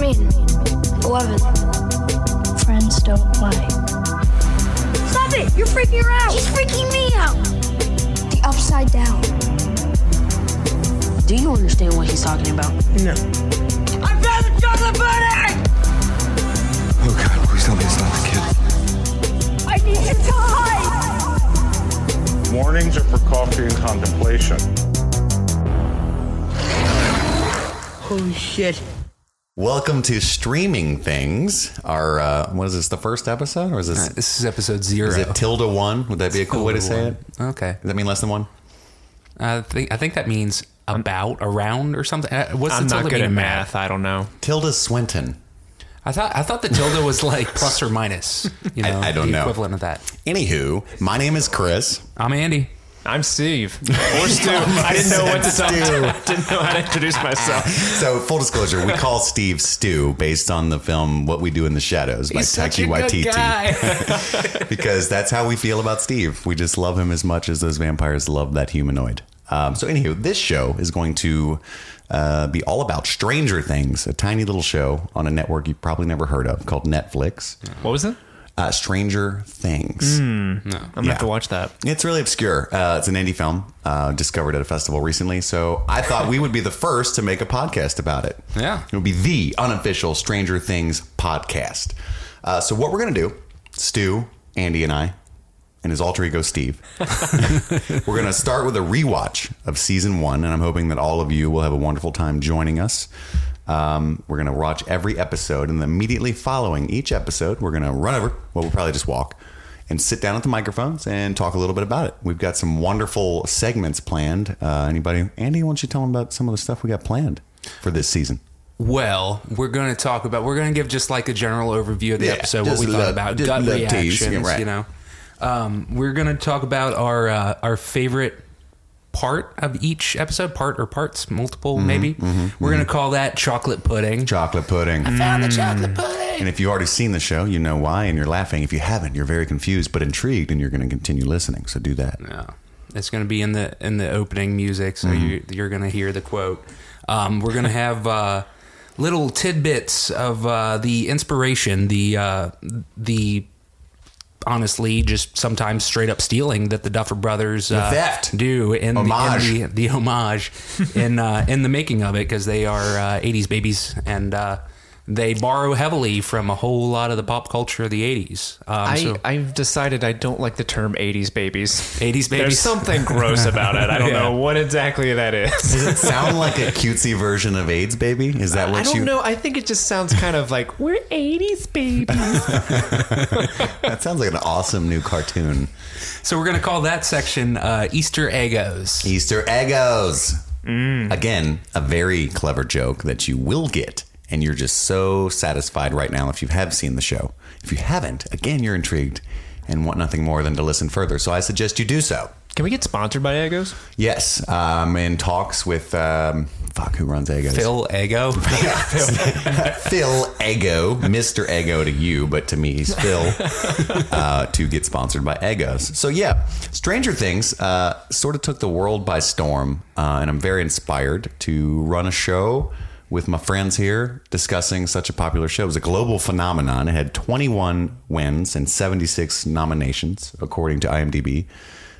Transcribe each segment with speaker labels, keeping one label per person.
Speaker 1: Maiden, Eleven. Friends don't play.
Speaker 2: Stop it! You're freaking her out!
Speaker 1: She's freaking me out! The upside down.
Speaker 3: Do you understand what he's talking about?
Speaker 4: No.
Speaker 2: I found the chocolate bunny!
Speaker 5: Oh God, please tell me it's not the kid.
Speaker 2: I need you to hide!
Speaker 6: Warnings are for coffee and contemplation.
Speaker 4: Holy shit.
Speaker 7: Welcome to Streaming Things. Our, uh, what is this, the first episode? Or is this,
Speaker 8: This is episode zero.
Speaker 7: is it tilde one? Would that be a cool way to say it? Does
Speaker 8: Okay.
Speaker 7: that mean less than one?
Speaker 8: I think I think that means about, around, or something. Uh, What's
Speaker 4: I'm
Speaker 8: the
Speaker 4: not
Speaker 8: tilde
Speaker 4: good
Speaker 8: mean
Speaker 4: at
Speaker 8: in
Speaker 4: math. I don't know.
Speaker 7: Tilda Swinton.
Speaker 8: I thought I thought the tilde was like plus or minus. You know,
Speaker 7: I don't
Speaker 8: the
Speaker 7: know.
Speaker 8: equivalent of that.
Speaker 7: Anywho, my name is Chris.
Speaker 8: I'm Andy.
Speaker 4: I'm Steve. Or Stu. I didn't know what to
Speaker 7: Stu.
Speaker 4: talk Didn't know how to introduce myself.
Speaker 7: So, full disclosure, we call Steve Stu based on the film What We Do in the Shadows by Taiki Waititi because that's how we feel about Steve. We just love him as much as those vampires love that humanoid. Um, so, anywho, this show is going to uh, be all about Stranger Things, a tiny little show on a network you've probably never heard of called Netflix.
Speaker 4: What was it?
Speaker 7: Uh, Stranger Things.
Speaker 4: I'm gonna have to watch that.
Speaker 7: It's really obscure. Uh, it's an indie film uh, discovered at a festival recently. So I thought we would be the first to make a podcast about it.
Speaker 8: Yeah.
Speaker 7: It would be the unofficial Stranger Things podcast. Uh, so, what we're going to do, Stu, Andy, and I, and his alter ego, Steve, we're going to start with a rewatch of season one. And I'm hoping that all of you will have a wonderful time joining us. Um, we're going to watch every episode. And immediately following each episode, we're going to run over. Well, we'll probably just walk and sit down at the microphones and talk a little bit about it. We've got some wonderful segments planned. Uh, anybody, Andy, why don't you tell them about some of the stuff we got planned for this season?
Speaker 8: Well, we're going to talk about. We're going to give just like a general overview of the
Speaker 7: Yeah,
Speaker 8: episode, what
Speaker 7: just
Speaker 8: we
Speaker 7: love-
Speaker 8: thought about,
Speaker 7: just
Speaker 8: gut
Speaker 7: love tease,
Speaker 8: reactions.
Speaker 7: yeah, right.
Speaker 8: You know, um, we're going to talk about our uh, our favorite part of each episode, part or parts, multiple
Speaker 7: Mm-hmm,
Speaker 8: maybe. we're going to call that chocolate pudding.
Speaker 7: Chocolate pudding. Mm.
Speaker 8: Found the chocolate pudding.
Speaker 7: And if you've already seen the show, you know why, and you're laughing. If you haven't, you're very confused but intrigued, and you're going to continue listening. So do that.
Speaker 8: Yeah, Oh, it's going to be in the in the opening music, so you, you're going to hear the quote. Um, we're going to have uh, little tidbits of uh, the inspiration, the uh, the honestly just sometimes straight up stealing that the Duffer Brothers uh,
Speaker 7: theft.
Speaker 8: do in, the- in
Speaker 7: Homage.
Speaker 8: The, the homage in uh, in the making of it because they are uh, '80s babies and. Uh, they borrow heavily from a whole lot of the pop culture of the 80s. Um, so-
Speaker 4: I, I've decided I don't like the term 80s babies.
Speaker 8: 80s
Speaker 4: There's
Speaker 8: babies.
Speaker 4: something gross about it. I don't
Speaker 8: Yeah.
Speaker 4: know what exactly that is.
Speaker 7: Does it sound like a cutesy version of AIDS, baby? Is that what
Speaker 4: I don't
Speaker 7: you?
Speaker 4: know. I think it just sounds kind of like we're 80s babies.
Speaker 7: That sounds like an awesome new cartoon.
Speaker 8: So we're gonna call that section uh, Easter Eggos.
Speaker 7: Easter Eggos.
Speaker 4: Mm.
Speaker 7: Again, a very clever joke that you will get, and you're just so satisfied right now if you have seen the show. If you haven't, again, you're intrigued and want nothing more than to listen further. So I suggest you do so.
Speaker 4: Can we get sponsored by Eggos?
Speaker 7: Yes, um, in talks with um, fuck who runs Eggos.
Speaker 8: Phil Ego.
Speaker 7: Phil Ego, Mr. Ego to you, but to me, he's Phil, uh, to get sponsored by Egos. So, yeah, Stranger Things uh, sort of took the world by storm, uh, and I'm very inspired to run a show with my friends here discussing such a popular show. It was a global phenomenon. It had 21 wins and 76 nominations, according to IMDb.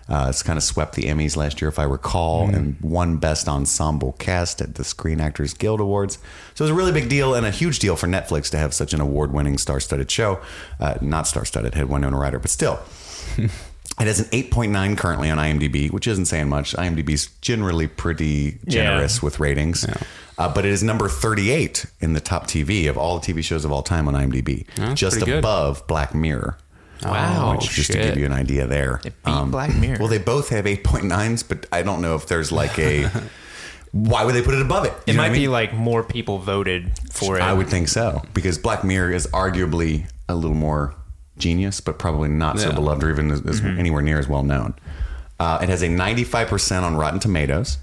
Speaker 7: Uh, it's kind of swept the Emmys last year, if I recall,
Speaker 8: Mm.
Speaker 7: and won Best Ensemble Cast at the Screen Actors Guild Awards. So it was a really big deal and a huge deal for Netflix to have such an award winning star studded show. Uh, not star studded, had Winona Ryder, but still. It has an 8.9 currently on IMDb, which isn't saying much. IMDb's generally pretty generous with ratings. Uh, but it is number 38 in the top TV of all TV shows of all time on IMDb, just
Speaker 8: pretty good.
Speaker 7: above Black Mirror.
Speaker 8: Wow,
Speaker 7: Which, just to
Speaker 8: shit.
Speaker 7: give you an idea there.
Speaker 4: beat Black Mirror.
Speaker 7: Um, Well, they both have 8.9s, but I don't know if there's like a. why would they put it above it? You
Speaker 4: It
Speaker 7: know
Speaker 4: might
Speaker 7: what I mean?
Speaker 4: be like more people voted for it.
Speaker 7: I would think so because Black Mirror is arguably a little more genius, but probably not so
Speaker 8: Yeah.
Speaker 7: beloved or even as, as anywhere near as well known. Uh, it has a 95% on Rotten Tomatoes.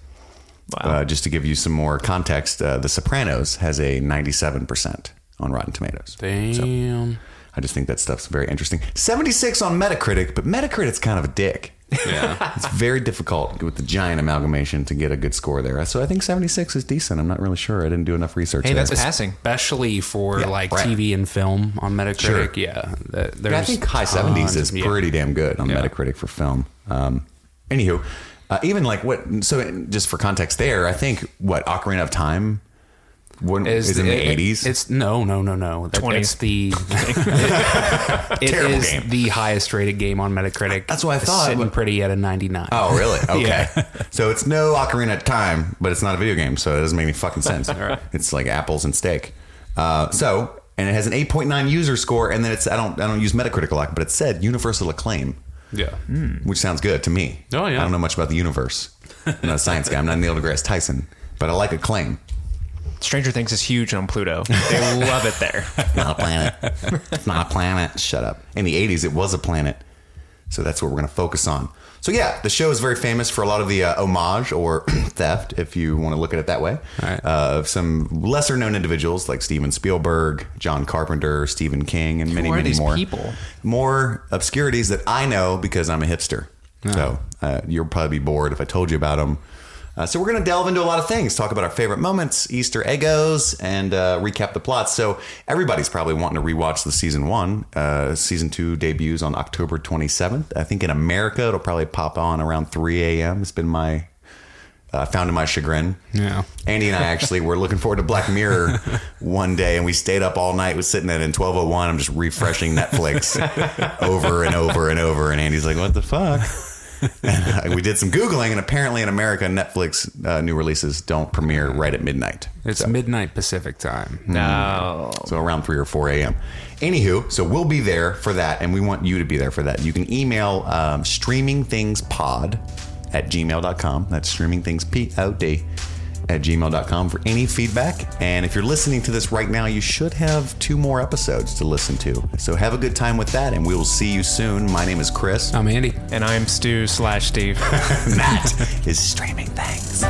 Speaker 7: Uh, just to give you some more context, uh, The Sopranos has a 97% on Rotten Tomatoes.
Speaker 8: Damn.
Speaker 7: I just think that stuff's very interesting. 76 on Metacritic, but Metacritic's kind of a dick.
Speaker 8: Yeah.
Speaker 7: It's very difficult with the giant amalgamation to get a good score there. So I think 76 is decent. I'm not really sure. I didn't do enough research.
Speaker 9: Hey,
Speaker 7: there.
Speaker 9: that's passing.
Speaker 8: Especially for
Speaker 7: Yeah,
Speaker 8: like
Speaker 7: right.
Speaker 8: TV and film on Metacritic.
Speaker 7: Sure.
Speaker 8: Yeah. th-
Speaker 7: Yeah, I
Speaker 8: there's
Speaker 7: think high
Speaker 8: tons
Speaker 7: seventies is
Speaker 8: of- yeah.
Speaker 7: pretty damn good on
Speaker 8: Yeah.
Speaker 7: Metacritic for film. Um, anywho, uh, even like what? So just for context, there, I think what Ocarina of Time when, is, in the
Speaker 8: it-
Speaker 7: eighties.
Speaker 8: It's no, no, no, no. That-
Speaker 9: 20s.
Speaker 8: It's the it
Speaker 7: Terrible
Speaker 8: is
Speaker 7: game.
Speaker 8: the highest rated game on Metacritic.
Speaker 7: That's what I
Speaker 8: It's
Speaker 7: thought.
Speaker 8: Sitting pretty at a ninety nine.
Speaker 7: oh, really? Okay.
Speaker 8: Yeah.
Speaker 7: So it's no Ocarina of Time, but it's not a video game, so it doesn't make any fucking sense. It's like apples and steak. Uh, so and it has an eight point nine user score, and then it's I don't I don't use Metacritic a lot, but it said universal acclaim. Hmm.
Speaker 8: yeah.
Speaker 7: which sounds good to me.
Speaker 8: Oh,
Speaker 7: I
Speaker 8: yeah.
Speaker 7: don't know much about the universe. I'm not a science guy. I'm not Neil deGrasse Tyson, but I like acclaim.
Speaker 9: Stranger Things is huge on Pluto. They love it there.
Speaker 7: Not a planet. It's not a planet. Shut up. In the 80s, it was a planet. So that's what we're going to focus on. So, yeah, the show is very famous for a lot of the uh, homage or theft, if you want to look at it that way,
Speaker 8: Right.
Speaker 7: uh, of some lesser known individuals like Steven Spielberg, John Carpenter, Stephen King, and many,
Speaker 9: are
Speaker 7: many
Speaker 9: these
Speaker 7: more.
Speaker 9: people?
Speaker 7: More obscurities that I know because I'm a hipster. So, uh, you'll probably be bored if I told you about them. Uh, so we're going to delve into a lot of things, talk about our favorite moments, Easter egos, and uh, recap the plot. So everybody's probably wanting to rewatch the season one. Uh, season two debuts on October 27th. I think in America it'll probably pop on around 3 a.m. It's been my uh, found to my chagrin.
Speaker 8: Yeah.
Speaker 7: Andy and I actually were looking forward to Black Mirror one day, and we stayed up all night. Was sitting at in twelve oh one. I'm just refreshing Netflix over and over and over, and Andy's like, "What the fuck?" And uh, we did some googling, and apparently in America, Netflix uh, new releases don't premiere right at midnight.
Speaker 8: It's midnight Pacific time.
Speaker 9: No.
Speaker 7: So around 3 or 4 a.m. Anywho, so we'll be there for that, and we want you to be there for that. You can email um, streamingthingspod at gmail.com. That's streamingthingspod at gmail.com for any feedback. And if you're listening to this right now, you should have two more episodes to listen to. So have a good time with that, and we will see you soon. My name is Chris.
Speaker 8: Uh, I'm Andy.
Speaker 9: And I'm Stu slash Steve.
Speaker 7: Matt is streaming things.